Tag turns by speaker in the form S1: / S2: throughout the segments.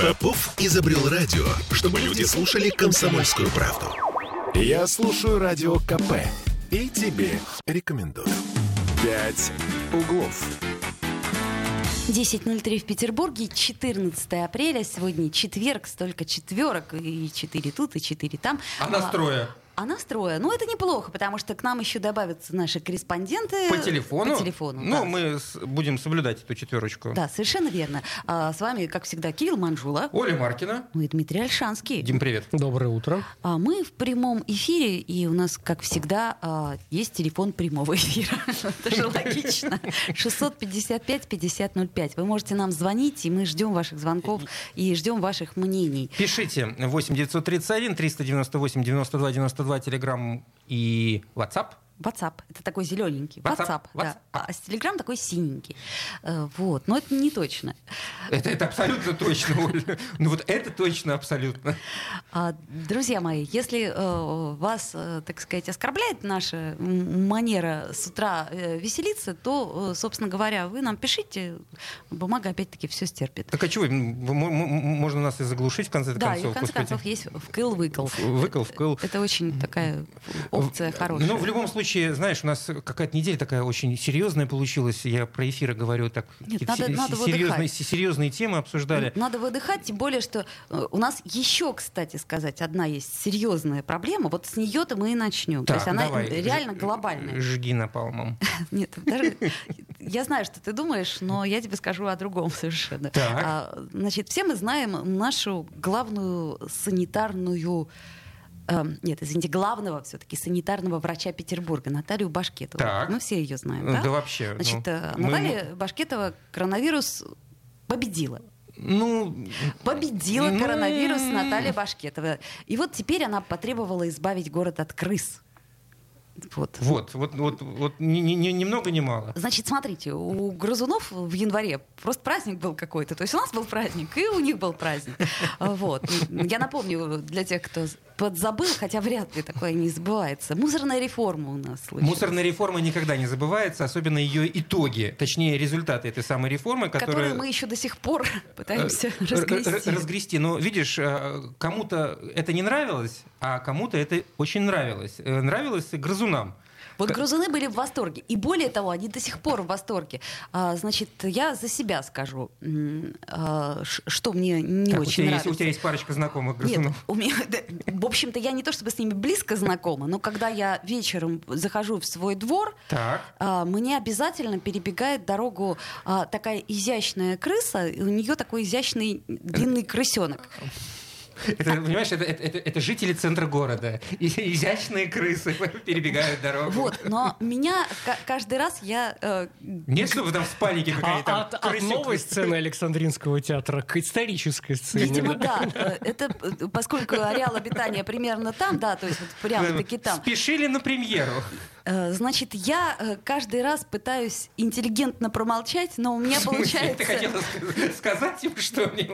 S1: Попов изобрел радио, чтобы люди слушали комсомольскую правду.
S2: Я слушаю Радио КП и тебе рекомендую. «Пять углов».
S3: 10.03 в Петербурге, 14 апреля, сегодня четверг, столько четверок, и 4 тут, и 4 там.
S4: А настроя?
S3: А настроя. Ну, это неплохо, потому что к нам еще добавятся наши корреспонденты.
S4: По телефону?
S3: э, По телефону,
S4: Ну,
S3: да.
S4: мы с- будем соблюдать эту четверочку.
S3: Да, совершенно верно. А, с вами, как всегда, Кирилл Манжула.
S4: Оля Маркина.
S3: Ну и Дмитрий Альшанский.
S4: Дим, привет.
S5: Доброе утро.
S3: А мы в прямом эфире, и у нас, как всегда, а, есть телефон прямого эфира. Это же логично. 655-5005. Вы можете нам звонить, и мы ждем ваших звонков и ждем ваших мнений.
S4: Пишите 8 931 398 92 92 Telegram и WhatsApp.
S3: WhatsApp. Это такой зелененький. WhatsApp,
S4: WhatsApp,
S3: да. А с Telegram такой синенький. Э, Вот. Но это не точно.
S4: Это, это абсолютно точно, Оля. Ну вот это точно абсолютно.
S3: А, Друзья мои, если э, вас, э, так сказать, оскорбляет наша м, манера с утра э, веселиться, то, э, собственно говоря, вы нам пишите, бумага опять-таки все стерпит.
S4: Так а чего? м- м- м- можно нас и заглушить в конце
S3: Да,
S4: концов.
S3: и в конце
S4: господи.
S3: концов есть вкл-выкл.
S4: Выкл, вкл.
S3: Это очень такая опция хорошая.
S4: Ну, в любом случае, знаешь, у нас какая-то неделя такая очень серьезная получилась. Я про эфиры говорю так.
S3: Нет,
S4: какие-то
S3: надо- надо
S4: серьезные,
S3: выдыхать.
S4: серьезные темы обсуждали.
S3: Надо выдыхать, тем более, что э, у нас еще, кстати сказать, одна есть серьезная проблема. Вот с нее-то мы и начнем. То
S4: Так,
S3: есть она
S4: давай,
S3: э, реально
S4: ж-
S3: глобальная.
S4: Жги напалмом.
S3: Нет, даже я знаю, что ты думаешь, но я тебе скажу о другом совершенно.
S4: Так.
S3: А, значит, все мы знаем нашу главную санитарную эм, нет, извините, главного все-таки санитарного врача Петербурга Наталью Башкетову.
S4: Так.
S3: Мы все ее знаем,
S4: Ну,
S3: да?
S4: да вообще, ну,
S3: Значит, э,
S4: мы-
S3: Наталья Башкетова коронавирус победила.
S4: Ну,
S3: Победила
S4: Ну,
S3: коронавирус Наталья Башкетова. И вот теперь она потребовала избавить город от крыс. Вот.
S4: вот, вот, вот, вот ни, ни- ни- ни много ни мало.
S3: Значит, смотрите, у грызунов в январе просто праздник был какой-то. То есть у нас был праздник, и у них был праздник. Вот. Я напомню для тех, кто подзабыл, хотя вряд ли такое не забывается. Мусорная реформа у нас случилась.
S4: Мусорная реформа никогда не забывается, особенно ее итоги, точнее результаты этой самой реформы,
S3: Которую
S4: которые
S3: мы еще до сих пор пытаемся
S4: Э, р-
S3: разгрести.
S4: р- разгрести. Но видишь, э, кому-то это не нравилось, а кому-то это очень нравилось. Э, Нравилось и грызунам.
S3: Вот грызуны были в восторге. И более того, они до сих пор в восторге. А, значит, я за себя скажу, м, а, ш- что мне не
S4: Так, у,
S3: очень
S4: тебя есть,
S3: нравится.
S4: у тебя есть парочка знакомых
S3: Нет,
S4: грызунов.
S3: у меня, да, в общем-то, я не то чтобы с ними близко знакома, но когда я вечером захожу в свой двор,
S4: Так.
S3: а, мне обязательно перебегает дорогу а, такая изящная крыса, и у нее такой изящный длинный крысенок.
S4: Это, понимаешь, это, это- это- это жители центра города. И- изящные крысы перебегают дорогу.
S3: Вот, но меня ка- каждый раз я э,
S4: Нет, чтобы там в панике
S5: А,
S4: какая-то там
S5: от, от
S4: крысю-
S5: новой сцены Александринского театра к исторической сцене.
S3: Видимо, да. Э, Это э, поскольку ареал обитания примерно там, да, то есть вот прямо-таки там.
S4: Спешили на премьеру.
S3: Э, Значит, я э, каждый раз пытаюсь интеллигентно промолчать, но у меня
S4: В смысле, Ты
S3: получается...
S4: хотела ска- сказать им, что мне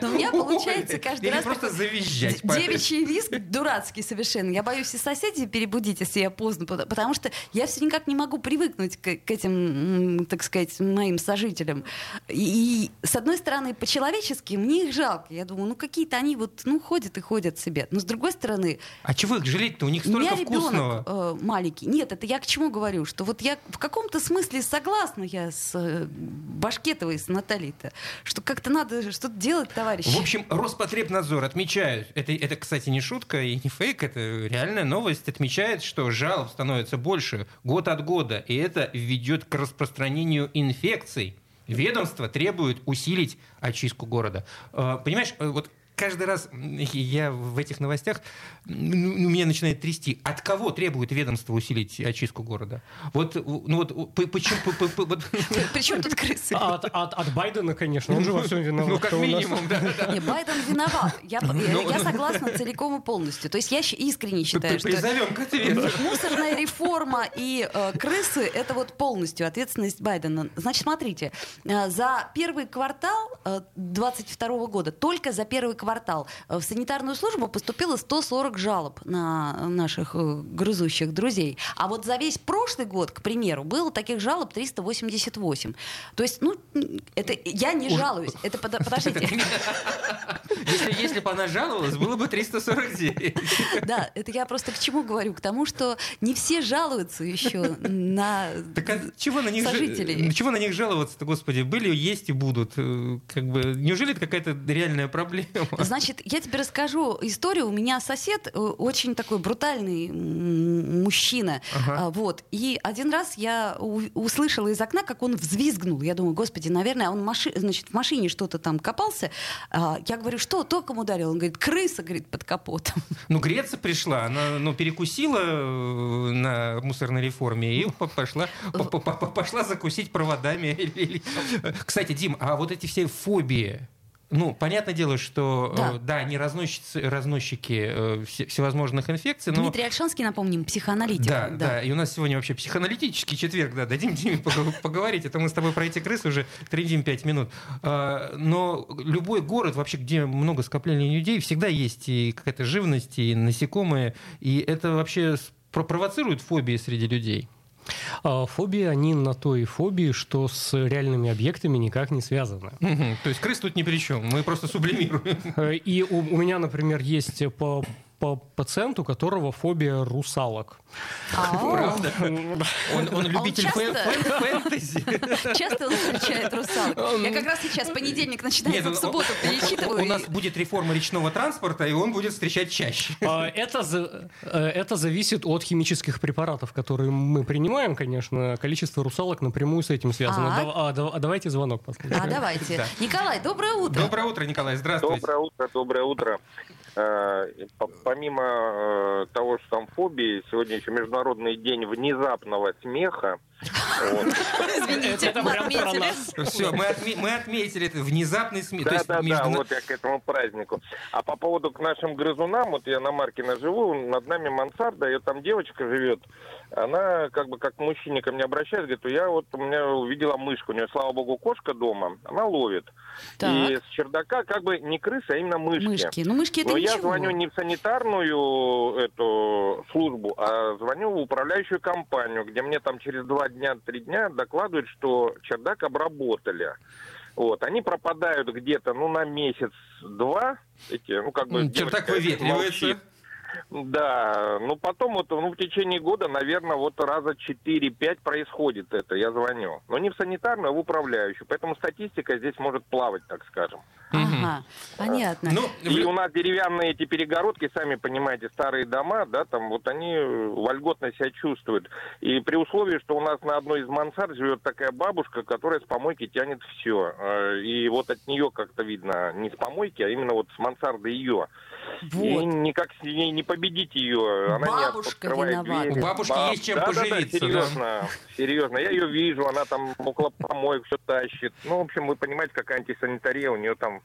S3: Но у меня получается каждый
S4: Или
S3: раз
S4: просто
S3: такой
S4: завизжать.
S3: д- Девичий визг дурацкий совершенно. Я боюсь и соседей перебудить, если я поздно, пот- потому что я все никак не могу привыкнуть к, к этим, м, так сказать, моим сожителям. И, и, с одной стороны, по-человечески мне их жалко. Я думаю, ну какие-то они вот, ну ходят и ходят себе. Но с другой стороны,
S4: А чего их жалеть-то? У них
S3: у меня
S4: столько
S3: ребенок
S4: вкусного.
S3: э, маленький. Нет, это я к чему говорю, что вот я в каком-то смысле согласна я с э, Башкетовой, с Натальей-то, что как-то надо что-то делать, товарищи.
S4: В общем, Роспотребнадзор отмечает, это, это, кстати, не шутка и не фейк, это реальная новость, отмечает, что жалоб становится больше год от года, и это ведет к распространению инфекций. Ведомство требует усилить очистку города. Э, Понимаешь, э, вот каждый раз м, я в этих новостях, м, ну, меня начинает трясти. От кого требует ведомство усилить очистку города? Вот, э, ну вот, э, по- почему... по- по- по- вот-
S3: Причем тут крысы?
S5: А От, от- от Байдена, конечно, он же во всем виноват.
S4: Ну, как
S5: что у нас-
S4: минимум, да.
S3: Не, Байден виноват. Я, я-
S4: Ну.
S3: я согласна целиком и полностью. То есть я щ- искренне считаю, что
S4: Призовем к ответу.
S3: мусорная реформа и э, крысы — это вот полностью ответственность Байдена. Значит, смотрите, э, за первый квартал 2022 года, только за первый квартал э, в санитарную службу поступило 140 жалоб на наших э, грызущих друзей. А вот за весь прошлый год, к примеру, было таких жалоб 388. То есть, ну, это я не жалуюсь. Это, подо- подождите.
S4: Если, если бы она жаловалась, было бы 349.
S3: Да, это я просто к чему говорю? К тому, что не все жалуются еще на...
S4: Так а чего на них ж-
S3: Сожителей.
S4: на чего на них жаловаться-то, господи, были, есть и будут. Э, Как бы, неужели это какая-то реальная проблема?
S3: Значит, я тебе расскажу историю. У меня сосед э, очень такой брутальный м, мужчина.
S4: Ага.
S3: А, Вот. И один раз я у- услышала из окна, как он взвизгнул. Я думаю, господи, наверное, он маши- значит, в машине что-то там копался. А, Я говорю, что током ударил? Он говорит, крыса, говорит, под капотом.
S4: Ну, Греция пришла, она ну, перекусила э, на мусорной реформе и п- пошла, п- п- п- пошла закусить проводами. Или- или- Кстати, Дим, а вот эти все фобии, ну, понятное дело, что, э,
S3: Да.
S4: да, они разносчицы, разносчики э, все- всевозможных инфекций, но...
S3: Дмитрий Альшанский, напомним, психоаналитик.
S4: Ну, Да, да, И у нас сегодня вообще психоаналитический четверг, да, дадим Диме пог- поговорить. Это мы с тобой про эти крысы уже трендим 5 минут. А, Но любой город, вообще, где много скоплений людей, всегда есть и какая-то живность, и насекомые. И это вообще с- про- провоцирует фобии среди людей.
S5: А Фобии, они на то и фобии, что с реальными объектами никак не связаны.
S4: Мгм. То есть крыс тут ни при чем. Мы просто сублимируем.
S5: Э, И у, у меня, например, есть э, по, по пациенту, у которого фобия русалок.
S3: А,
S4: Правда? Он, А он любитель
S3: часто-
S4: фэ- фэ- фэнтези.
S3: Часто он встречает русалок. Я как раз сейчас понедельник начинается,
S4: Нет,
S3: в
S4: он-
S3: субботу перечитываю.
S4: У нас
S3: и-
S4: будет реформа речного транспорта, и он будет встречать чаще.
S5: А, Это, за- э, это зависит от химических препаратов, которые мы принимаем, конечно. Количество русалок напрямую с этим связано.
S3: Так.
S5: Дав- а, дав- а давайте звонок послушаем.
S3: А, давайте.
S4: Да.
S3: Николай, доброе утро.
S4: Доброе утро, Николай, здравствуйте.
S6: Доброе утро, доброе утро. Э, по- Помимо э, того, что там фобии, сегодня еще Международный день внезапного смеха. Вот.
S3: Извините,
S5: Это
S3: мы
S5: прям про
S3: отметили.
S5: нас.
S4: Все, Ну мы, отме- мы отметили это внезапный СМИ. То
S6: Да,
S4: есть
S6: да, да,
S4: междуна-
S6: вот я к этому празднику. А по поводу к нашим грызунам, вот я на Маркина живу, над нами мансарда, и там девочка живет. Она как бы как к мужчине ко мне обращается, говорит, я вот у меня увидела мышку, у нее, слава богу, кошка дома, она ловит. И
S3: Так.
S6: с чердака как бы не крыса, а именно
S3: Мышки. Ну, мышки это
S6: Но я
S3: ничего.
S6: звоню не в санитарную э, эту службу, а звоню в управляющую компанию, где мне там через два дня, три дня докладывают, что чердак обработали. Вот, они пропадают где-то, ну, на месяц-два, эти, ну, как бы...
S4: М, Чердак
S6: девочка
S4: выветривается.
S6: молчит. Да, ну, потом вот, ну, в течение года, наверное, вот раза 4-5 происходит это, я звоню. Но не в санитарную, а в управляющую, поэтому статистика здесь может плавать, так скажем.
S3: Ага, понятно.
S4: Ну, в
S6: И
S4: лю-
S6: у нас деревянные эти перегородки, сами понимаете, старые дома, да, там вот они э, вольготно себя чувствуют. И при условии, что у нас на одной из мансард живет такая бабушка, которая с помойки тянет все. И вот от нее как-то видно, не с помойки, а именно вот с мансарды ее. И
S3: вот.
S6: никак с ней не победить ее. Она не
S3: Бабушка
S6: открывает
S3: виновата.
S6: двери.
S4: У бабушки есть чем
S6: да, да, да,
S4: поживиться, да.
S6: серьезно, серьезно. Я ее вижу, она там около помоек все тащит. Ну, в общем, вы понимаете, какая антисанитария у нее там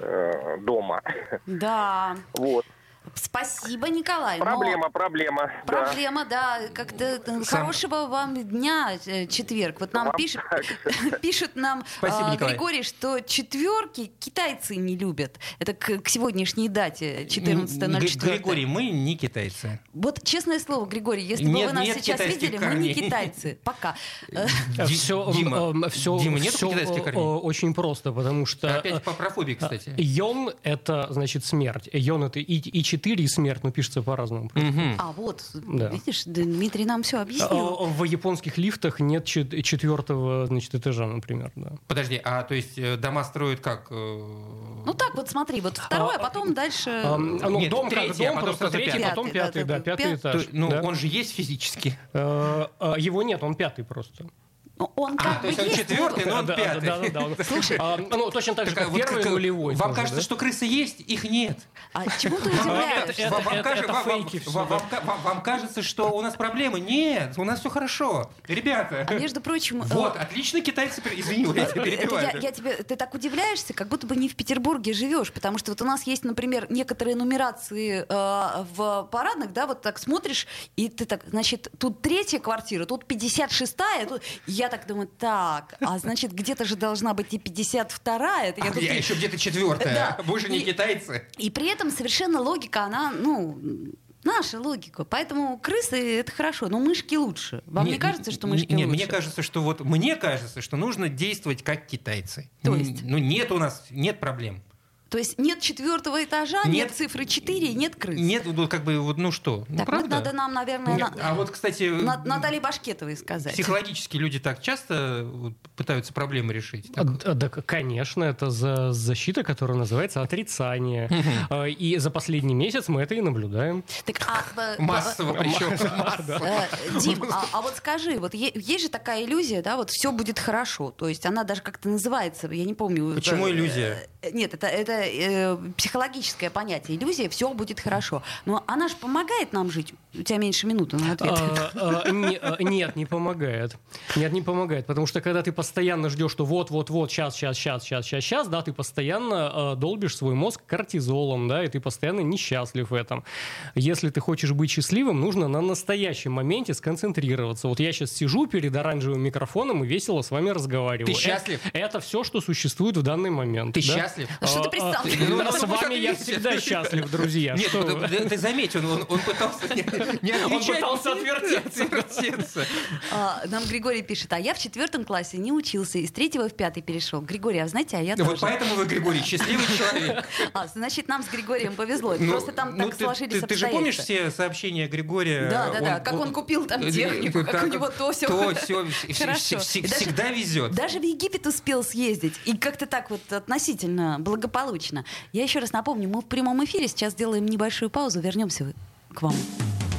S6: э, дома.
S3: Да.
S6: Вот.
S3: Спасибо, Николай. но
S6: Проблема, проблема. да.
S3: Проблема, да. Как-то э,
S4: Сам-
S3: хорошего вам дня, э, четверг. Вот нам
S6: Вам
S3: пишет, пишет нам
S4: Спасибо,
S3: а,
S4: Николай.
S3: Григорий, что четверки китайцы не любят. Это к, к сегодняшней дате,
S4: Г-
S3: 14.04.
S4: Григорий, мы не китайцы.
S3: Вот честное слово, Григорий, если бы
S4: Нет-
S3: вы нас
S4: нет
S3: сейчас
S4: китайских
S3: видели, мы не
S4: корней.
S3: китайцы. Пока. Э,
S4: Ди-
S5: Все,
S4: Дима,
S5: все,
S4: Дима, нет китайских корней?
S5: э, очень просто, потому что... э,
S4: Опять по профобии, кстати.
S5: Йон — это, значит, смерть. Э, Йон — это и, и 4, и смерть, но пишется по-разному.
S4: Мгм.
S3: А вот,
S5: Да.
S3: видишь, Дмитрий нам все объяснил.
S5: А, В японских лифтах нет чет- четвертого, значит, этажа, например, да.
S4: Подожди, а то есть э, дома строят как? Ну,
S3: Ну так вот, смотри, вот второй, а
S5: А,
S3: потом дальше...
S5: А, ну,
S4: Нет,
S5: дом как
S4: третий, а
S5: дом,
S4: потом
S5: просто
S4: сразу
S5: третий,
S4: пятый.
S5: потом
S3: Э, Пятый,
S5: пятый, да,
S3: да,
S5: пятый
S3: пя-
S5: этаж.
S4: ну
S5: да.
S4: он же есть физически.
S5: Э, а, Его нет, он пятый просто.
S3: Ну, Он как
S4: а, то
S3: бы
S4: есть он
S3: есть,
S4: четвертый, но Ну, он
S5: Да,
S4: пятый.
S5: Да, да, да. он- А, Ну, точно так же,
S4: Так, а
S5: как
S4: вот
S5: первый
S4: как-
S5: нулевой.
S4: Вам
S5: тоже,
S4: кажется,
S5: да?
S4: что крысы есть, их нет.
S3: А чему ты
S5: Это-
S3: удивляешься?
S5: это-
S4: Вам- вам кажется-
S5: это
S4: вам- вам-
S5: фейки всё,
S4: вам-
S5: да.
S4: вам ка- вам- вам кажется, что у нас проблемы? Нет, у нас все хорошо. Ребята,
S3: А между прочим... э,
S4: вот, отлично китайцы... при- Извини, я тебя
S3: Это я,
S4: перебиваю.
S3: я тебе, ты так удивляешься, как будто бы не в Петербурге живешь, потому что вот у нас есть, например, некоторые нумерации э, в парадных, да, вот так смотришь, и ты так, значит, тут третья квартира, тут 56-я, тут... я так думаю, так, а значит, где-то же должна быть и 52-я, это я
S4: А,
S3: тут
S4: Я
S3: и-
S4: еще где-то четвертая.
S3: Да.
S4: Вы же не
S3: И-
S4: китайцы.
S3: И при этом совершенно логика, она, ну, наша логика. Поэтому крысы это хорошо, но мышки лучше. Вам не,
S4: Мне-
S3: кажется, что мышки
S4: не,
S3: лучше?
S4: Мне кажется, что вот мне кажется, что нужно действовать как китайцы.
S3: То
S4: М,
S3: есть?
S4: Ну нет у нас нет проблем.
S3: То есть нет четвертого этажа, нет,
S4: Нет.
S3: цифры 4, нет крыс.
S4: Нет, ну как бы вот ну что? Ну,
S3: так, ну,
S4: правда?
S3: надо нам, наверное,
S4: Нет,
S3: на- э,
S4: А вот, кстати,
S3: На- Наталье Башкетовой сказать.
S4: психологически люди так часто вот, пытаются проблемы решить.
S5: А,
S4: Так,
S5: Да, да, к- конечно, это за защита, которая называется отрицание. Э, И за последний месяц мы это и наблюдаем.
S3: Так, а, э,
S4: Массово причем.
S3: Э, Дим, а, а вот скажи, вот е- есть же такая иллюзия, да, вот все будет хорошо, то есть она даже как-то называется, я не помню.
S4: Почему
S3: Э,
S4: иллюзия?
S3: э, Нет, это, это э, психологическое понятие. Иллюзия, все будет хорошо. Но она же помогает нам жить. У тебя меньше минуты на ответ.
S5: А, а, не- а, Нет, не помогает. Нет, не помогает. Потому что когда ты постоянно ждешь, что вот-вот-вот, сейчас, сейчас, сейчас, сейчас, сейчас, сейчас, да, ты постоянно э, долбишь свой мозг кортизолом, да, и ты постоянно несчастлив в этом. Если ты хочешь быть счастливым, нужно на настоящем моменте сконцентрироваться. Вот я сейчас сижу перед оранжевым микрофоном и весело с вами разговариваю.
S4: Ты счастлив?
S5: Э, Это, все, что существует в данный момент.
S4: Ты
S5: да?
S4: счастлив?
S3: Ну что ты
S5: А,
S3: пристал?
S5: а,
S4: Ну,
S5: а
S4: ну,
S5: С
S4: ну,
S5: вами я
S4: ответьте.
S5: всегда счастлив, друзья.
S4: Нет,
S5: Что
S4: ну,
S5: вы? А,
S4: ты, ты заметь, он, он, он пытался не, не
S5: Он
S4: отвечать,
S5: пытался отвертеться.
S4: отвертеться.
S3: А, нам Григорий пишет, а я в четвертом классе не учился, из третьего в пятый перешел. Григорий, а знаете, а я
S4: Да
S3: тоже.
S4: Вот поэтому Ну, вы, Григорий, счастливый человек.
S3: А, значит, нам с Григорием повезло.
S4: Ну,
S3: Просто там
S4: ну,
S3: так
S4: ты-
S3: сложились
S4: ты, ты же помнишь
S3: обстоятельства.
S4: все сообщения Григория? Э,
S3: Да, да, да. Как Э, он купил там технику, как у него то всё.
S4: То, все,
S3: Хорошо. И даже-
S4: всегда везет.
S3: Даже в Египет успел съездить. И как-то так вот относительно благополучно. Я еще раз напомню, мы в прямом эфире сейчас делаем небольшую паузу, вернемся вы- к вам.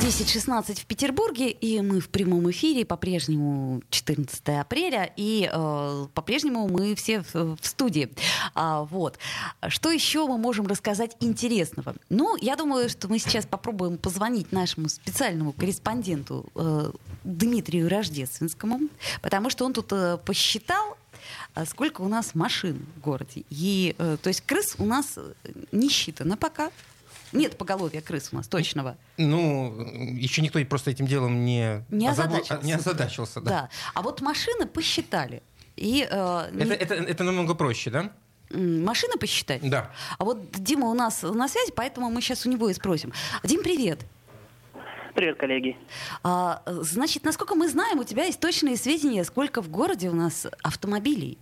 S3: 10.16 в Петербурге, и мы в прямом эфире, по-прежнему 14 апреля, и э, по-прежнему мы все в, в студии. А, вот. Что еще мы можем рассказать интересного? Ну, я думаю, что мы сейчас попробуем позвонить нашему специальному корреспонденту э, Дмитрию Рождественскому, потому что он тут э, посчитал, а сколько у нас машин в городе. И, э, то есть крыс у нас э, не считано пока. Нет поголовья крыс у нас точного.
S4: Ну, еще никто просто этим делом не,
S3: Не
S4: озабо-
S3: озадачился.
S4: не озадачился, да.
S3: Да. А вот машины посчитали. И э,
S4: Это,
S3: не-
S4: это, это намного проще, да?
S3: м, машины посчитать?
S4: Да.
S3: А вот Дима у нас на связи, поэтому мы сейчас у него и спросим. Дим, привет.
S7: Привет, коллеги.
S3: А, э, значит, насколько мы знаем, у тебя есть точные сведения, сколько в городе у нас автомобилей?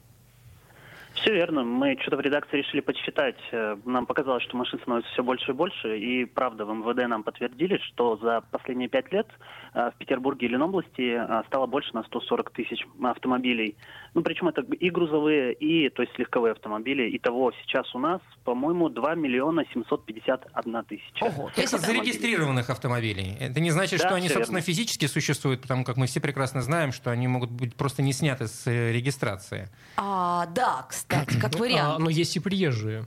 S7: Все верно. Мы что-то в редакции решили подсчитать. Э, Нам показалось, что машин становится все больше и больше. И правда, в МВД нам подтвердили, что за последние пять лет э, в Петербурге и Ленобласти э, стало больше на 140 тысяч автомобилей. Ну, причем это и грузовые, и, то есть, легковые автомобили. Итого сейчас у нас, по-моему, 2 миллиона 751 тысяча.
S3: Ого,
S4: Это Типа зарегистрированных автомобилей. Это не значит,
S7: Да,
S4: что они,
S7: всё
S4: собственно,
S7: верно.
S4: физически существуют, потому как мы все прекрасно знаем, что они могут быть просто не сняты с э, регистрации.
S3: А, да, кстати, как
S5: А,
S3: вариант.
S5: но есть и приезжие.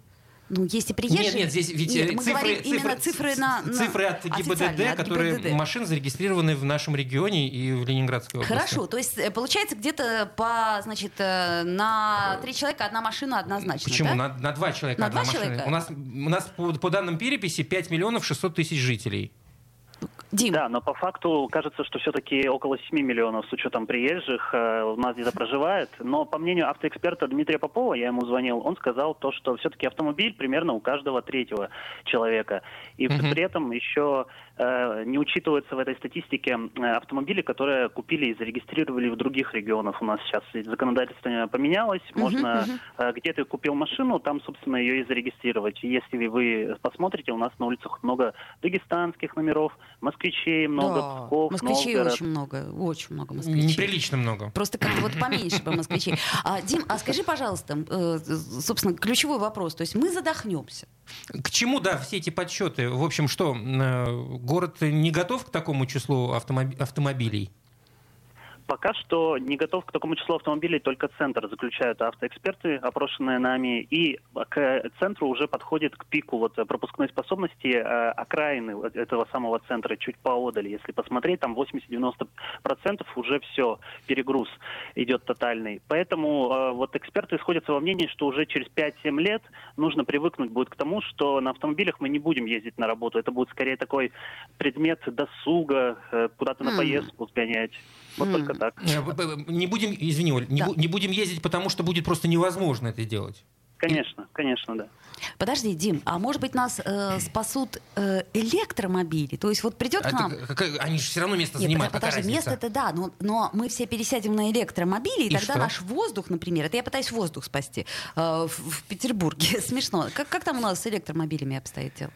S3: Ну, если приезжие...
S4: Нет, нет, здесь ведь
S3: Нет,
S4: э,
S3: мы
S4: цифры,
S3: говорим именно цифры на... на-
S4: цифры от ГИБДД,
S3: официально, от
S4: которые
S3: ГИБДД.
S4: машин зарегистрированы в нашем регионе и в Ленинградской области.
S3: Хорошо, то есть э, получается где-то по, значит, э, на три человека одна машина однозначно.
S4: Почему?
S3: да?
S4: На, на два человека
S3: На
S4: одна
S3: два
S4: машина.
S3: человека?
S4: У нас, у нас по, по данным переписи 5 миллионов 600 тысяч жителей.
S3: Дим,
S7: Да, но по факту кажется, что все-таки около 7 миллионов с учетом приезжих э, у нас где-то проживает. Но по мнению автоэксперта Дмитрия Попова, я ему звонил, он сказал то, что все-таки автомобиль примерно у каждого третьего человека. И
S4: Мгм.
S7: при этом еще э, не учитываются в этой статистике э, автомобили, которые купили и зарегистрировали в других регионах. У нас сейчас и законодательство поменялось,
S3: Мгм,
S7: можно
S3: мгм.
S7: э, где ты купил машину, там, собственно, ее и зарегистрировать. И Если вы посмотрите, у нас на улицах много дагестанских номеров, москвичей много,
S3: да,
S7: Псков,
S3: москвичей
S7: Новгород.
S3: очень много, очень много москвичей.
S4: Ну, Неприлично много.
S3: Просто как-то вот поменьше бы москвичей. А, Дим, а скажи, пожалуйста, э, собственно, ключевой вопрос. То есть мы задохнемся.
S4: К чему, да, все эти подсчеты? В общем, что, э, город не готов к такому числу автомоб- автомобилей?
S7: Пока что не готов к такому числу автомобилей, только центр заключают автоэксперты, опрошенные нами, и к центру уже подходит к пику вот э, пропускной способности э, окраины вот этого самого центра, чуть поодаль, если посмотреть, там 80-90% уже все, перегруз идет тотальный. Поэтому э, вот эксперты сходятся во мнении, что уже через 5-7 лет нужно привыкнуть будет к тому, что на автомобилях мы не будем ездить на работу, это будет скорее такой предмет досуга, э, куда-то
S3: М.
S7: на поездку сгонять. Вот
S3: М.
S7: только так.
S4: Э, б- б- Не будем, извини, Оль, не,
S3: Да.
S4: бу- не будем ездить, потому что будет просто невозможно это делать.
S7: Конечно, конечно, да.
S3: Подожди, Дим, а может быть нас э, спасут э, электромобили? То есть вот придет к
S4: А
S3: нам...
S4: ты- какая- они же все равно место
S3: Нет,
S4: занимают.
S3: подожди,
S4: какая разница?
S3: место-то да, но, но мы все пересядем на электромобили, и,
S4: И
S3: тогда
S4: что?
S3: наш воздух, например, это я пытаюсь воздух спасти э, в, в Петербурге. Смешно. Как, как там у нас с электромобилями обстоит дело?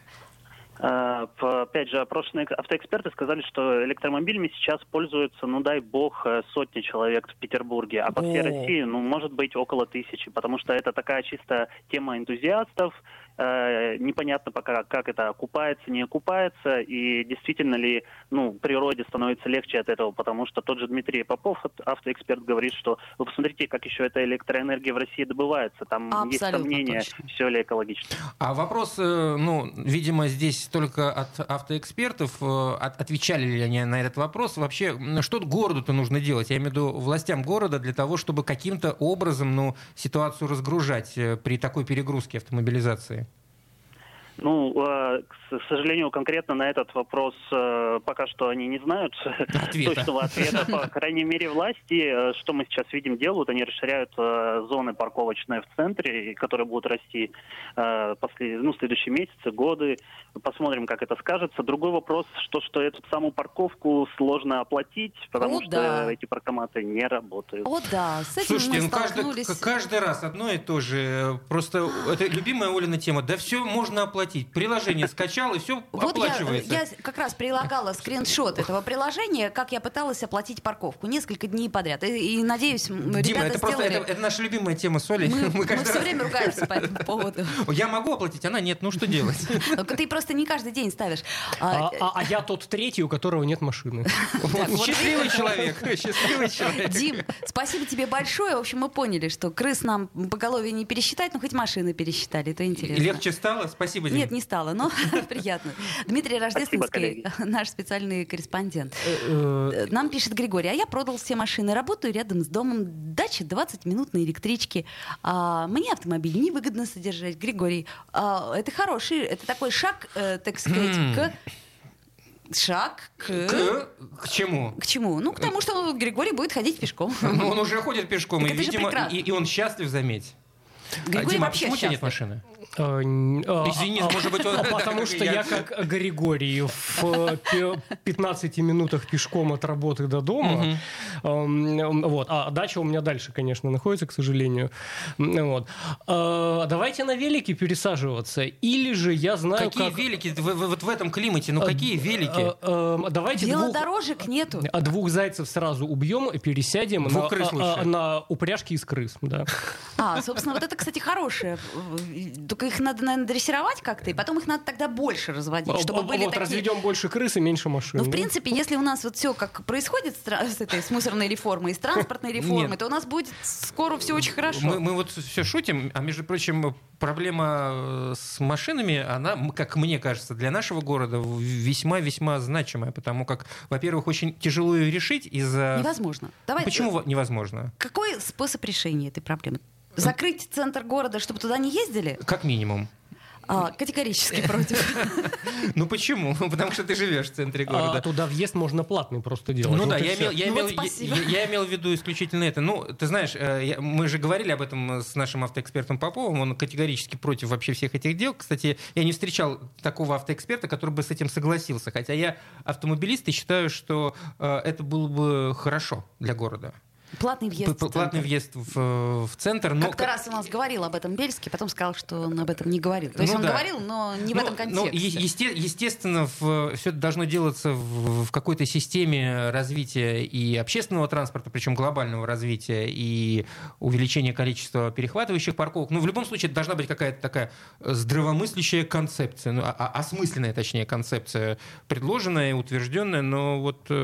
S7: Э, п- Опять же, опрошенные эк- автоэксперты сказали, что электромобилями сейчас пользуются, ну дай бог, э, сотни человек в Петербурге, а по всей
S5: О.
S7: России, ну, может быть, около тысячи, потому что это такая чисто тема энтузиастов, э, непонятно пока, как это окупается, не окупается, и действительно ли, ну, природе становится легче от этого, потому что тот же Дмитрий Попов, ат- автоэксперт, говорит, что вы посмотрите, как еще эта электроэнергия в России добывается, там есть
S3: Абсолютно
S7: сомнения,
S3: точно.
S7: все ли экологично.
S4: А вопрос, э, ну, видимо, здесь только от автоэкспертов. э, от- Отвечали ли они на этот вопрос? Вообще, м, что городу-то нужно делать? Я имею в виду властям города для того, чтобы каким-то образом, ну, ситуацию разгружать э, при такой перегрузке автомобилизации.
S7: Ну, э, к с- сожалению, конкретно на этот вопрос э, пока что они не знают
S4: Ответа.
S7: точного ответа. По крайней мере, власти, э, что мы сейчас видим, делают, они расширяют э, зоны парковочные в центре, и которые будут расти э, после, ну, следующие месяцы, годы. Посмотрим, как это скажется. Другой вопрос, что, что эту саму парковку сложно оплатить, потому
S3: О,
S7: что
S3: да.
S7: эти паркоматы не работают.
S3: О да, с этим
S4: Слушайте,
S3: мы
S4: ну каждый,
S3: столкнулись.
S4: к- каждый раз одно и то же. э, Просто это любимая Олина тема. Да все можно оплатить. Приложение скачал, и все
S3: Вот я,
S4: оплачивается.
S3: я как раз прилагала скриншот этого приложения, как я пыталась оплатить парковку несколько дней подряд. И, и, надеюсь, м,
S4: Дима,
S3: ребята
S4: это просто
S3: сделали.
S4: это, это наша любимая тема с Олей.
S3: Мы,
S4: каждый
S3: все
S4: раз-
S3: время ругаемся по этому поводу.
S4: Я могу оплатить, она нет, ну что делать?
S3: Но Ты просто не каждый день ставишь.
S5: А,
S3: А,
S5: а- а я тот третий, у которого нет машины.
S4: Счастливый человек, счастливый человек.
S3: Дим, спасибо тебе большое. В общем, мы поняли, что крыс нам по голове не пересчитать, но хоть машины пересчитали. Это интересно.
S4: Легче стало? Спасибо, Дим.
S3: Нет, не стало, но приятно. Дмитрий Рождественский,
S7: коллеги.
S3: наш специальный корреспондент.
S5: Э,
S3: Э, Нам пишет Григорий, а я продал все машины, работаю рядом с домом, дача 20 минут на электричке. А, мне автомобиль невыгодно содержать. Григорий, а, это хороший, это такой шаг, э, так сказать, к... Шаг к...
S4: К, к чему?
S3: К чему? Ну, к тому, что Григорий будет ходить пешком.
S4: Ну, он уже ходит пешком,
S3: Так
S4: и,
S3: это же
S4: видимо,
S3: прекрасно.
S4: и, и он счастлив, заметь. А,
S3: Григорий
S4: Дима, а
S3: вообще
S4: почему у тебя нет
S3: счастлив.
S4: машины?
S5: э, н- а-
S4: Извини,
S5: а-
S4: может быть, он...
S5: а Потому что я как Григорий в э, пе- 15 минутах пешком от работы до дома. Эм, эм, Вот. А дача у меня дальше, конечно, находится, к сожалению. М, Вот. Э, Давайте на велике пересаживаться. Или же я
S3: Ну,
S5: знаю,
S4: Какие
S5: как...
S4: велики? Вы- вы вот в этом климате, ну
S3: А,
S5: э,
S4: какие велики?
S5: э, э, Давайте двух-
S3: Велодорожек нету.
S5: а двух зайцев сразу убьем и пересядем
S4: Двух
S5: на,
S4: крыс
S5: а-
S4: лучше.
S5: а- на упряжки из крыс. Да.
S3: А, собственно, вот это, кстати, хорошее. Только их надо, наверное, дрессировать как-то, и потом их надо тогда больше разводить, чтобы
S5: Вот,
S3: были такие...
S5: разведем больше крыс и меньше машин.
S3: Ну, в
S5: да.
S3: принципе, если у нас вот все как происходит с, тра- с этой с мусорной реформой, и с транспортной реформой,
S4: Нет.
S3: то у нас будет скоро все очень
S4: Мы,
S3: хорошо.
S4: мы вот все шутим, а между прочим, проблема э, с машинами, она, м, как мне кажется, для нашего города в- весьма-весьма значимая, потому как, во-первых, очень тяжело ее решить из-за...
S3: Невозможно. Давай. э,
S4: Почему во- невозможно?
S3: Какой способ решения этой проблемы? Закрыть центр города, чтобы туда не ездили?
S4: Как минимум.
S3: А, категорически против.
S4: Ну почему? Потому что ты живешь в центре
S5: А
S4: города.
S5: туда въезд можно платный просто делать.
S4: Ну да,
S5: Вот и
S4: я
S5: всё.
S4: имел, я,
S3: Ну
S4: имел,
S3: вот спасибо.
S4: я- я имел в виду исключительно это. Ну, ты знаешь, э, я- мы же говорили об этом э, с нашим автоэкспертом Поповым, он категорически против вообще всех этих дел. Кстати, я не встречал такого автоэксперта, который бы с этим согласился. Хотя я автомобилист и считаю, что э, это было бы хорошо для города.
S3: Платный въезд. в
S4: П- Платный
S3: центр.
S4: въезд в, в центр. но
S3: Как-то
S4: как-
S3: раз у нас говорил об этом Бельский, потом сказал, что он об этом не говорил. То
S4: Ну
S3: есть он
S4: да.
S3: говорил, но не в
S4: Ну,
S3: этом
S4: ну,
S3: контексте.
S4: е- есте- естественно, все это должно делаться в, в какой-то системе развития и общественного транспорта, причем глобального развития и увеличения количества перехватывающих парковок. Ну, в любом случае, это должна быть какая-то такая э, здравомыслящая концепция, ну, а- а- осмысленная, точнее, концепция, предложенная, утвержденная, но вот э,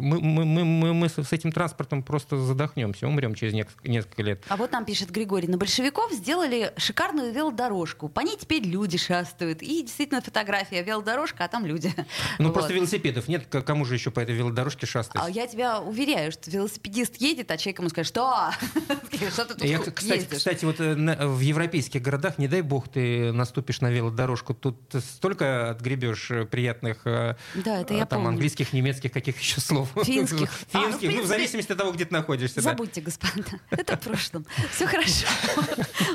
S4: мы, мы- мы- мы- мы с с этим транспортом просто задохнемся, умрем через нек- несколько лет.
S3: А вот нам пишет Григорий, на большевиков сделали шикарную велодорожку. По ней теперь люди шастают. И действительно фотография велодорожка, а там люди.
S4: Ну,
S3: Вот.
S4: просто велосипедов нет, к- кому же еще по этой велодорожке шастать?
S3: А я тебя уверяю, что велосипедист едет, а человек ему скажет, что? Что ты тут
S4: Я, кстати,
S3: ездишь?
S4: кстати, вот э, на- в европейских городах, не дай бог, ты наступишь на велодорожку, тут столько отгребешь э, приятных э,
S3: Да, это я
S4: там
S3: помню.
S4: английских, немецких, каких еще слов.
S3: Финских. А, ну, в
S4: Финских, ну, в
S3: принципе-
S4: зависимости от того, где ты приходишь сюда.
S3: Забудьте, господа. Это в прошлом. Все хорошо.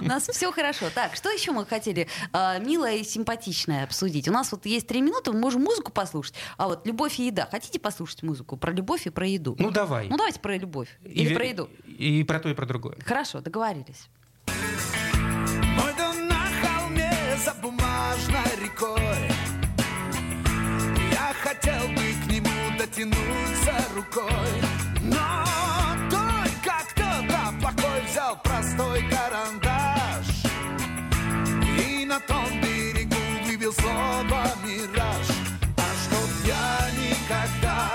S3: У нас все хорошо. Так, что еще мы хотели э, милое и симпатичное обсудить? У нас вот есть три минуты, мы можем музыку послушать. А вот любовь и еда. Хотите послушать музыку про любовь и про еду?
S4: Ну давай.
S3: Ну давайте про любовь.
S4: И
S3: Или
S4: ве-
S3: про еду.
S4: И про то, и про другое.
S3: Хорошо, договорились.
S8: Мой дом на холме за бумажной рекой Я хотел бы к нему дотянуться рукой Но только кто-то плохой взял простой карандаш И на том берегу выбил слово «Мираж» А чтоб я никогда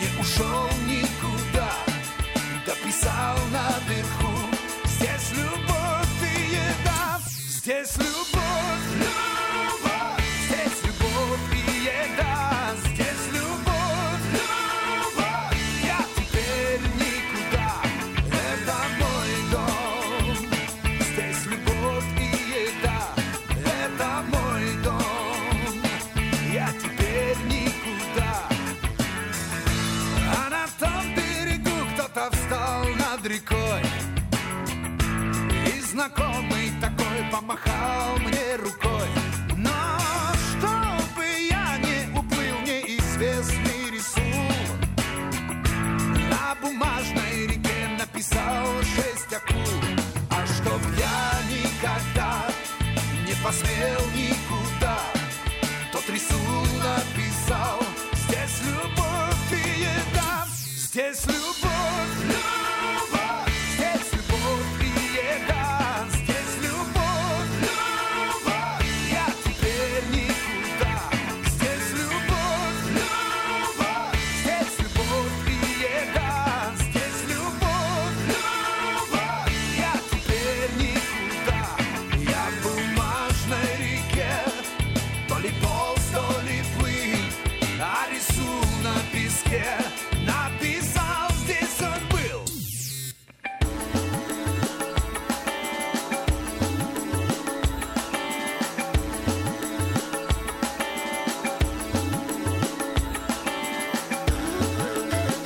S8: не ушел никуда дописал наверху. Здесь любовь и еда, здесь любовь, любовь, здесь любовь и еда, здесь любовь, любовь. Я теперь никуда, это мой дом. Здесь любовь и еда, это мой дом. Я теперь никуда, а на том берегу кто-то встал над рекой И знакомый такой помахал мне рукой Но чтобы я не уплыл неизвестный рисунок На бумажной реке написал шесть акул А чтоб я никогда не посмел никуда тот рисунок писал Здесь любовь и еда Здесь любовь, любовь Здесь любовь и еда Здесь любовь, любовь Я теперь никуда Здесь любовь, любовь Здесь любовь и еда Здесь любовь, любовь Я теперь никуда Я в бумажной реке то ли полз, то ли плыл, а рисунок на песке написал, здесь он был.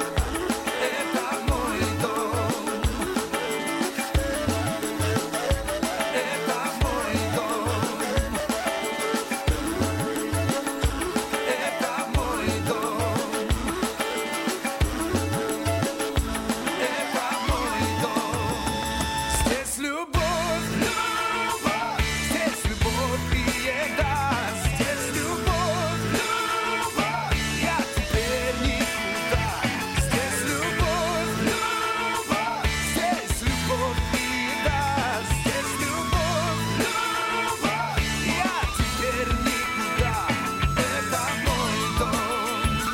S8: Это мой дом. Это мой дом. Это мой дом. Это мой дом. Здесь любовь, любовь. Здесь любовь и еда. Здесь любовь, любовь. Я теперь никуда. Здесь любовь, любовь. Здесь любовь и еда. Здесь любовь, любовь. Я теперь никуда. Это мой дом.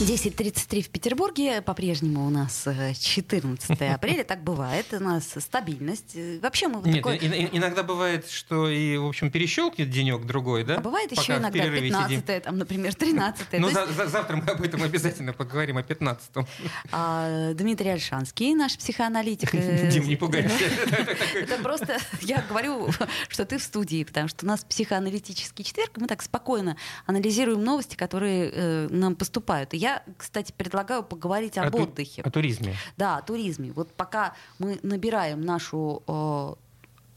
S3: 10.33 в Петербурге. По-прежнему у нас э, 14 апреля. Так бывает. У нас стабильность. Э, Вообще мы вот
S4: Нет,
S3: такой...
S4: и- и- иногда бывает, что и, в общем, перещелкнет денек другой, да?
S3: А бывает еще
S4: Пока в
S3: иногда
S4: перерыве сидим.
S3: 15 там, например, 13
S4: Ну, за- за- завтра мы об этом обязательно поговорим, о 15-м.
S3: А, Дмитрий Альшанский, наш психоаналитик. э,
S4: Дим, не пугайся.
S3: Это просто я говорю, что ты в студии, потому что у нас психоаналитический четверг, и мы так спокойно анализируем новости, которые э, нам поступают. И я, кстати, предлагаю поговорить об
S4: О ту-
S3: отдыхе.
S4: О туризме.
S3: Да, о туризме. Вот пока мы набираем нашу э,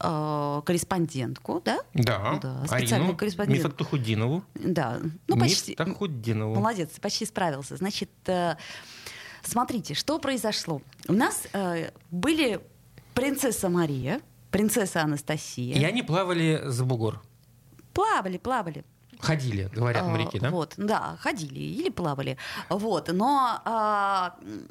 S3: э, корреспондентку, да?
S4: Да.
S3: Да, специальную
S4: Арину
S3: корреспондент.
S4: Мифтахудинову.
S3: Да. Ну, почти.
S4: Мифтахудинову.
S3: Молодец, ты почти справился. Значит, э, смотрите, что произошло. У нас э, были принцесса Мария, принцесса Анастасия.
S4: И они плавали за бугор.
S3: Плавали, плавали.
S4: Ходили, говорят
S3: А,
S4: моряки, да?
S3: Вот, да, ходили или плавали. Вот, но а, м,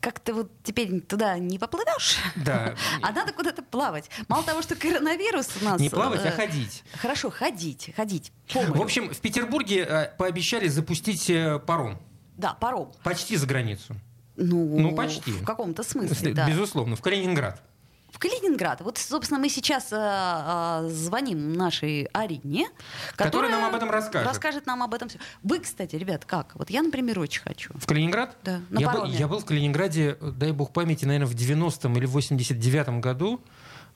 S3: как-то вот теперь туда не поплывешь.
S4: Да.
S3: А надо куда-то плавать. Мало того, что коронавирус у нас...
S4: Не плавать,
S3: э,
S4: а ходить.
S3: Хорошо, ходить, ходить. по морю.
S4: В общем, в Петербурге э, пообещали запустить э, паром.
S3: Да, паром.
S4: Почти за границу.
S3: Ну,
S4: Ну, почти.
S3: В каком-то
S4: С-
S3: смысле, да.
S4: Безусловно, в Калининград.
S3: в Калининград. Вот, собственно, мы сейчас э, э, звоним нашей Арине,
S4: Которая нам об этом расскажет.
S3: Расскажет нам об этом все. Вы, кстати, ребят, как? Вот я, например, очень хочу.
S4: В Калининград?
S3: Да, на
S4: я, был,
S3: пароме.
S4: я был в Калининграде, э, дай бог памяти, наверное, в 90-м или 89-м году.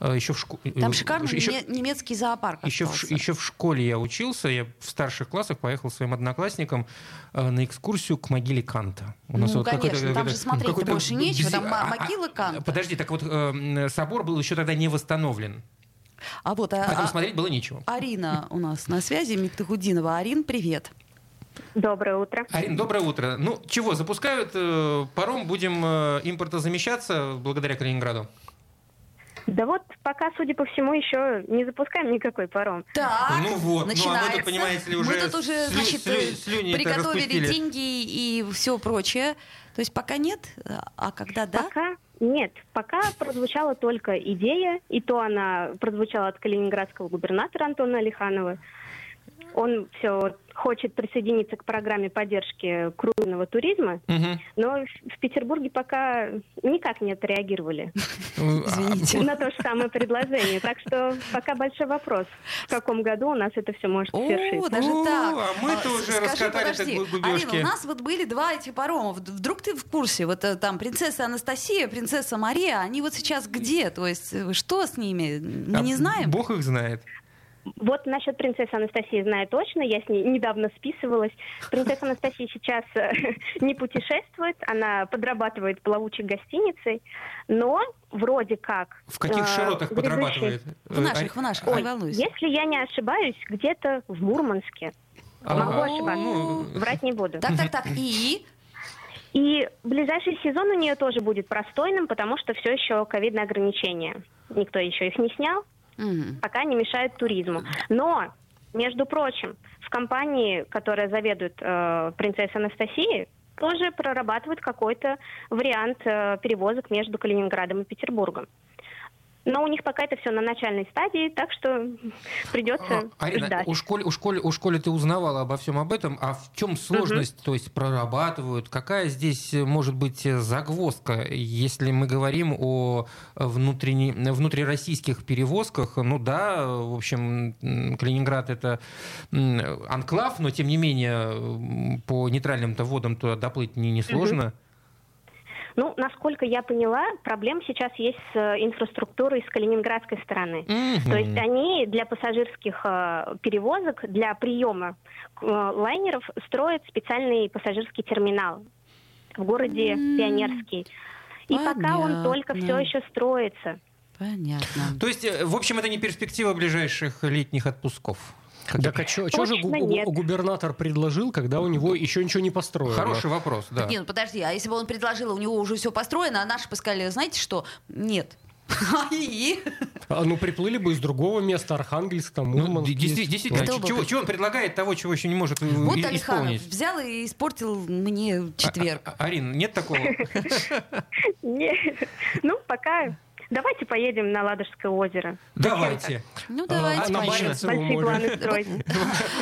S4: э, Еще в школе.
S3: Там шикарный неме- немецкий зоопарк
S4: Еще в, ш-
S3: остался.
S4: еще в школе я учился, я в старших классах поехал своим одноклассникам э, на экскурсию к могиле Канта. У
S3: Ну,
S4: вот какой-то-
S3: конечно, там же смотреть-то
S4: какой-то
S3: больше нечего, там ма-
S4: а- а-
S3: могила Канта.
S4: Подожди, так вот э, м, собор был еще тогда не восстановлен,
S3: А вот а-
S4: поэтому
S3: а-
S4: смотреть было нечего.
S3: Арина у нас на связи, Миктагудинова. Арин, привет.
S9: Доброе утро.
S4: Арин, А, доброе утро. Ну чего, запускают э, паром, будем э, импортозамещаться благодаря Калининграду?
S9: Да вот пока, судя по всему, еще не запускаем никакой паром.
S3: Так,
S4: Ну вот, ну а мы тут,
S3: начинается.
S4: понимаете ли,
S3: Мы
S4: уже
S3: тут уже,
S4: слю-
S3: значит,
S4: слю-
S3: э,
S4: слюни-то
S3: приготовили
S4: распустили.
S3: деньги и все прочее. То есть пока нет, а когда да?
S9: Пока нет, пока прозвучала только идея, и то она прозвучала от калининградского губернатора Антона Алиханова. Он все хочет присоединиться к программе поддержки крупного туризма,
S4: Мгм.
S9: но в- в Петербурге пока никак не отреагировали
S3: Извините.
S9: на то же самое предложение. Так что пока большой вопрос, в каком году у нас это все может
S3: О,
S9: свершиться.
S3: даже
S4: О,
S3: так.
S4: а мы-то
S3: А,
S4: уже
S3: скажи,
S4: раскатали
S3: подожди,
S4: так губёшки.
S3: Арина, у нас вот были два этих парома. Вд- Вдруг ты в курсе? Вот э, там принцесса Анастасия, принцесса Мария, они вот сейчас где? То есть э, что с ними? Мы
S4: А
S3: не знаем?
S4: Бог их знает.
S9: Вот насчет принцессы Анастасии знаю точно, я с ней недавно списывалась. Принцесса Анастасия сейчас э, не путешествует, она подрабатывает плавучей гостиницей, но вроде как...
S4: В каких
S9: э,
S4: широтах
S9: грядущий-
S4: подрабатывает?
S3: А,
S4: Э,
S3: В наших, в наших,
S9: Ой,
S3: не волнуйся.
S9: если я не ошибаюсь, где-то в Мурманске.
S4: а,
S9: Могу
S4: Ну,
S9: ошибаться, врать не буду.
S3: Так, так, так. И
S9: И ближайший сезон у нее тоже будет простойным, потому что все еще ковидные ограничения. Никто еще их не снял.
S3: Мгм.
S9: пока не мешает туризму. Но, между прочим, в компании, которая заведует э, принцесса Анастасии, тоже прорабатывают какой-то вариант э, перевозок между Калининградом и Петербургом. Но у них пока это все на начальной стадии, так что придется
S4: А, Арина,
S9: ждать.
S4: у школе, у, школе, у школе ты узнавала обо всем об этом, а в чем сложность, то есть прорабатывают, какая здесь э, может быть э, загвоздка, если мы говорим о э, внутренне- внутрироссийских перевозках, ну да, э, в общем, м, Калининград это м, анклав, но тем не менее м, по нейтральным-то водам туда доплыть не- несложно.
S9: Ну, насколько я поняла, проблем сейчас есть с э, инфраструктурой с калининградской стороны.
S4: Мгм.
S9: То есть а они для пассажирских э, перевозок, для приема э, лайнеров строят специальный пассажирский терминал в городе Пионерский. И пока он только все
S3: понятно.
S9: еще строится.
S3: понятно.
S4: То есть, э, в общем, это не перспектива ближайших летних отпусков. Как
S5: Так а что же гу-
S9: Точно
S5: гу-
S9: нет.
S5: губернатор предложил, когда у него еще ничего не построено?
S4: Хороший вопрос, да.
S3: Не, ну подожди, а если бы он предложил, у него уже все построено, а наши бы сказали, знаете что? Нет. А и?
S5: А, Ну, приплыли бы из другого места, Архангельск, там,
S4: Ну,
S5: Мурманск.
S4: ди- действи-
S5: есть.
S4: действительно,
S3: Кто
S4: ч-
S3: бы
S4: чего,
S3: пред-
S4: чего он предлагает того, чего еще не может э,
S3: Вот
S4: и-
S3: Алиханов
S4: исполнить?
S3: взял и испортил мне четверг.
S4: А- а- Арин, нет такого?
S9: Не- Ну, пока... Давайте поедем на Ладожское озеро.
S4: Давайте.
S3: Ну,
S5: А,
S3: давайте
S5: на
S3: поедем.
S5: Баренцево
S9: Большие
S5: море.
S9: планы строить.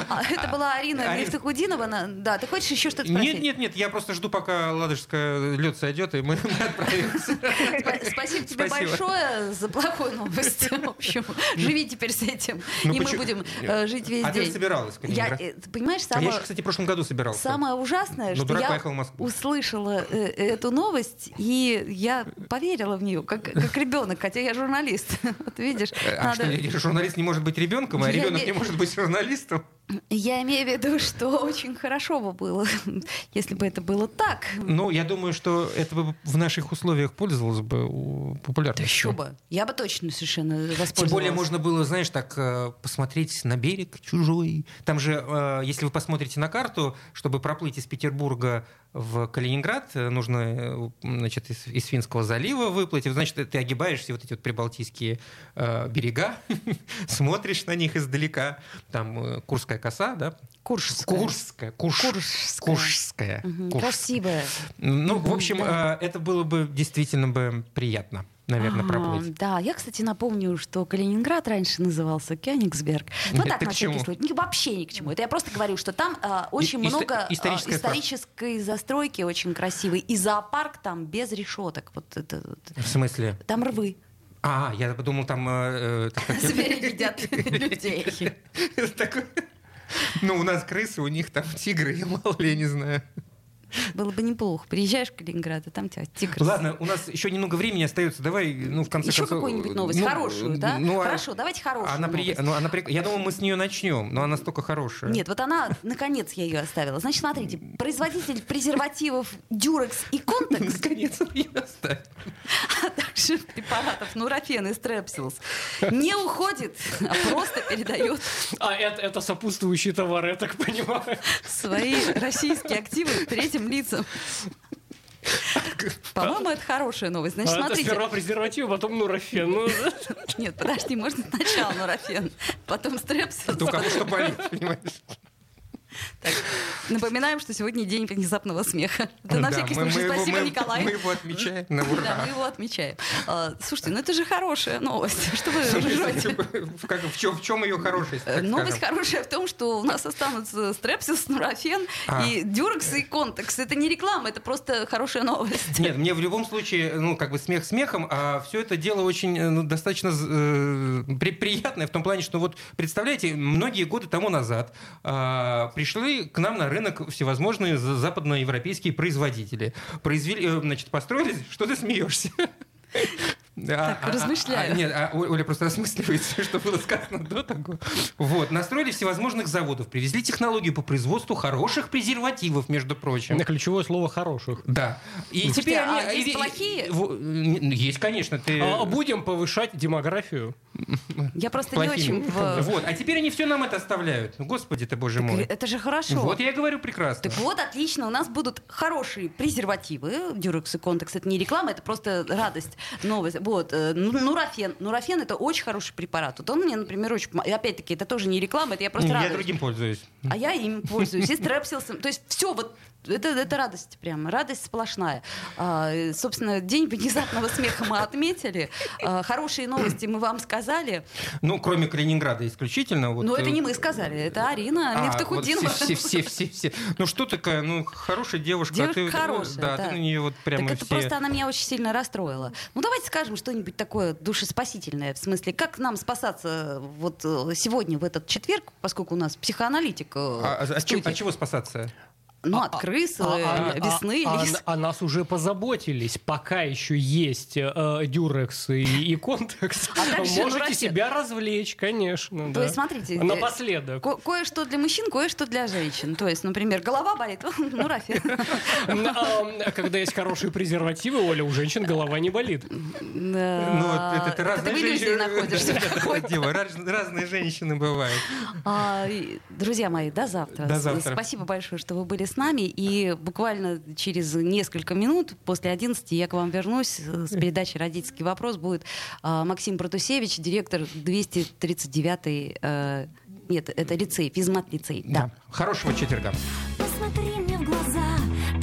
S3: А, Это была Арина
S4: Арина.
S3: Мифтахудинова. на- Да, ты хочешь еще что-то спросить?
S4: Нет, нет, нет, я просто жду, пока ладожская лед сойдет, и мы мы отправимся.
S3: Спа- Спасибо тебе
S4: Спасибо.
S3: большое за плохую новость. В общем, живи теперь с этим.
S4: Ну,
S3: И мы
S4: почему-
S3: будем э, жить весь
S4: А ты же
S3: день.
S4: собиралась, в
S3: Я,
S4: Калининград?
S3: э, ты понимаешь,
S4: А я
S3: самое,
S4: еще, кстати, в прошлом году собирался.
S3: самое ужасное,
S4: Но
S3: что
S4: дурак
S3: я
S4: поехал в Москву.
S3: услышала э, эту новость, и я поверила в нее, как, как ребенок, хотя я журналист. Вот видишь,
S4: А
S3: надо-
S4: что, журналист не может быть ребенком, а
S3: Я
S4: ребенок
S3: не-
S4: не может быть журналистом?
S3: я имею в виду, что очень хорошо бы было, если бы это было так.
S4: Ну, я думаю, что это бы в наших условиях пользовалось бы у-
S3: Да еще
S4: популярностью.
S3: бы. Я бы точно совершенно воспользовалась.
S4: Тем более можно было, знаешь, так э, посмотреть на берег чужой. Там же, э, если вы посмотрите на карту, чтобы проплыть из Петербурга в Калининград, э, нужно э, значит, из, из Финского залива выплыть. И, Значит, ты огибаешь все вот эти вот прибалтийские э, берега, смотришь на них издалека. Там э, Курская коса, да?
S3: Куршская.
S4: Курская. Курш-
S3: Куршская.
S4: Куршская.
S3: Мгм.
S4: Курш-
S3: Красивая.
S4: Ну, в общем,
S3: да.
S4: э, это было бы действительно бы приятно, наверное,
S3: А,
S4: проплыть.
S3: Да, я, кстати, напомню, что Калининград раньше назывался Кёнигсберг. Ну
S4: Это
S3: так,
S4: к
S3: на всякий
S4: чему?
S3: случай. Ни- Вообще ни к чему. Это я просто говорю, что там а, очень
S4: И- исто-
S3: много а,
S4: историческая прав-
S3: исторической застройки очень красивой. И зоопарк там без решеток. Вот это, вот.
S4: В смысле?
S3: Там рвы.
S4: А, я подумал, там... э, э, так как я-
S3: Звери едят людей.
S4: Такой- Ну, у нас крысы, у них там тигры, я мало ли, я не знаю.
S3: Было бы неплохо. Приезжаешь в Калининград, а там тебя тигр.
S4: Ну Ладно, у нас еще немного времени остается. Давай, ну, в конце
S3: Еще
S4: концов...
S3: какую-нибудь новость.
S4: ну,
S3: хорошую, да?
S4: ну, а-
S3: Хорошо, давайте хорошую.
S4: Она при-
S3: новость.
S4: ну, она при- Я думал, мы с нее начнем, но она столько хорошая.
S3: Нет, вот она, наконец, я ее оставила. Значит, смотрите, производитель презервативов Durex и Contex,
S4: Наконец, он ее оставил.
S3: а также препаратов Нурофен и Strepsils, не уходит, а просто передает
S5: А это, это сопутствующий товар, я так понимаю.
S3: свои российские активы третьим лицам. По-моему, это хорошая новость. Значит,
S5: А это
S3: Ну, смотрите.
S5: сперва презерватив, а потом нурофен. Ну,
S3: Нет, подожди, можно сначала Нурофен, потом Strepsils.
S4: Это у кого что болит, понимаешь?
S3: Так, Напоминаем, что сегодня день внезапного смеха. Да, на
S4: Да,
S3: всякий
S4: мы- мы
S3: случай.
S4: его-
S3: Спасибо,
S4: мы-
S3: Николай.
S4: Мы его отмечаем Ну, на
S3: Да,
S4: ура.
S3: мы его отмечаем. А, Слушайте, ну это же хорошая новость. Что вы ржете?
S4: В как- в чем- в чем ее хорошесть?
S3: Э,
S4: так
S3: Новость
S4: скажем?
S3: хорошая в том, что у нас останутся стрепсис, нурофен
S4: А.
S3: и дюрекс и контекс. Это не реклама, это просто хорошая новость.
S4: Нет, мне в любом случае, ну, как бы смех смехом, а все это дело очень, э, ну, достаточно э, при- приятное в том плане, что вот, представляете, многие годы тому назад а, пришли к нам на рынок всевозможные за- западноевропейские производители. Произвели, э, значит, построили, что ты смеешься? Так,
S3: размышляю.
S4: нет, а О- Оля просто осмысливается, что было сказано до того. Вот, настроили всевозможных заводов, привезли технологию по производству хороших презервативов, между прочим.
S5: ключевое слово хороших.
S4: Да. И
S3: Слушайте,
S4: теперь
S3: а
S4: они-
S3: есть
S4: и- и-
S3: плохие?
S4: во- н- ну, Есть, конечно. Ты...
S5: А, будем повышать демографию.
S3: Я просто не
S4: плохими.
S3: очень... в-
S4: Вот. А теперь они все нам это оставляют. Ну, Господи ты, боже мой.
S3: Это же хорошо.
S4: Вот я и говорю прекрасно.
S3: Так вот, отлично, у нас будут хорошие презервативы. Дюрекс и контекс это не реклама, это просто радость, новость. Вот, э, ну- нурофен. Нурофен это очень хороший препарат. Вот он мне, например, очень помо- И опять-таки, это тоже не реклама, это я просто
S4: Я
S3: радуюсь.
S4: другим пользуюсь.
S3: А я им пользуюсь. И стрепсилсом. То есть все вот это, это радость прям, радость сплошная. А, и, собственно, день внезапного смеха мы отметили. А, хорошие новости мы вам сказали.
S4: Ну, кроме Калининграда исключительно. Вот,
S3: Но это
S4: э,
S3: не мы сказали, это Арина
S4: а,
S3: Мифтахудинова.
S4: вот все, все, все, все, все. Ну что такая, ну хорошая девушка. а
S3: Девушка
S4: ты,
S3: хорошая,
S4: да,
S3: да.
S4: ты на нее вот прямо
S3: так это
S4: все.
S3: просто она меня очень сильно расстроила. Ну давайте скажем что-нибудь такое душеспасительное, в смысле, как нам спасаться вот э, сегодня в этот четверг, поскольку у нас психоаналитик э,
S4: А, а-
S3: в
S4: а чем-
S3: студии.
S4: от чего А, спасаться?
S3: ну от крыс, э, весны,
S5: а-
S3: лис.
S5: а нас уже позаботились. Пока еще есть э, дюрекс и, и контекс.
S3: А дальше
S5: Можете
S3: Нурофен.
S5: себя развлечь, конечно.
S3: То
S5: да.
S3: есть, смотрите, э,
S5: Напоследок.
S3: Ко- кое-что для мужчин, кое-что для женщин. То есть, например, голова болит, ну, Рафи.
S5: А, Когда есть хорошие презервативы, Оля, у женщин голова не болит.
S4: ну, это,
S3: Ну,
S4: ты разные
S3: в иллюзии
S4: женщины-
S3: находишься.
S4: Да, Дева, раз- разные женщины бывают.
S3: А, и, Друзья мои, до завтра.
S4: До
S3: С-
S4: завтра.
S3: Спасибо большое, что вы были с нами. И буквально через несколько минут, после 11, я к вам вернусь. С передачей «Родительский вопрос» будет а, Максим Протусевич, директор 239-й... э, Нет, это лицей, физмат-лицей. Да.
S4: Хорошего четверга.
S10: Посмотри мне в глаза,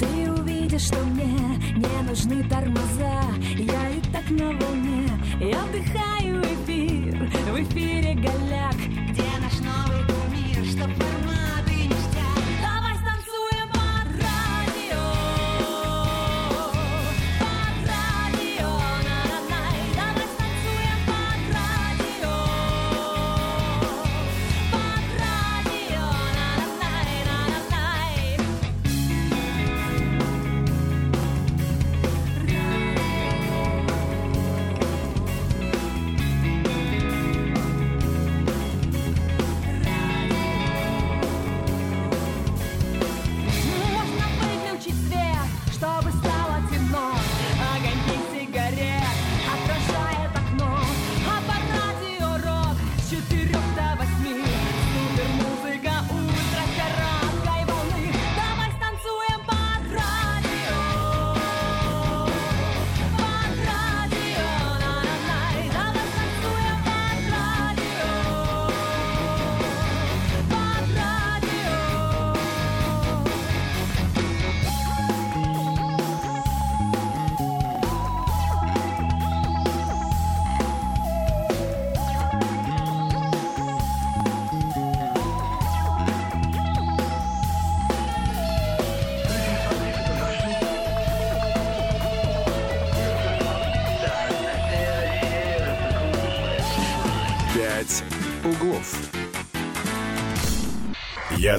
S10: ты увидишь, что мне не нужны тормоза. Я и так на волне, я вдыхаю эфир, в эфире голяк. Где наш новый кумир, чтоб форматы ништяк? Давай станцуем по радио, по радио, на-на-най. Давай станцуем по радио, по радио, на-на-най, на-на-най. А
S8: углов. Я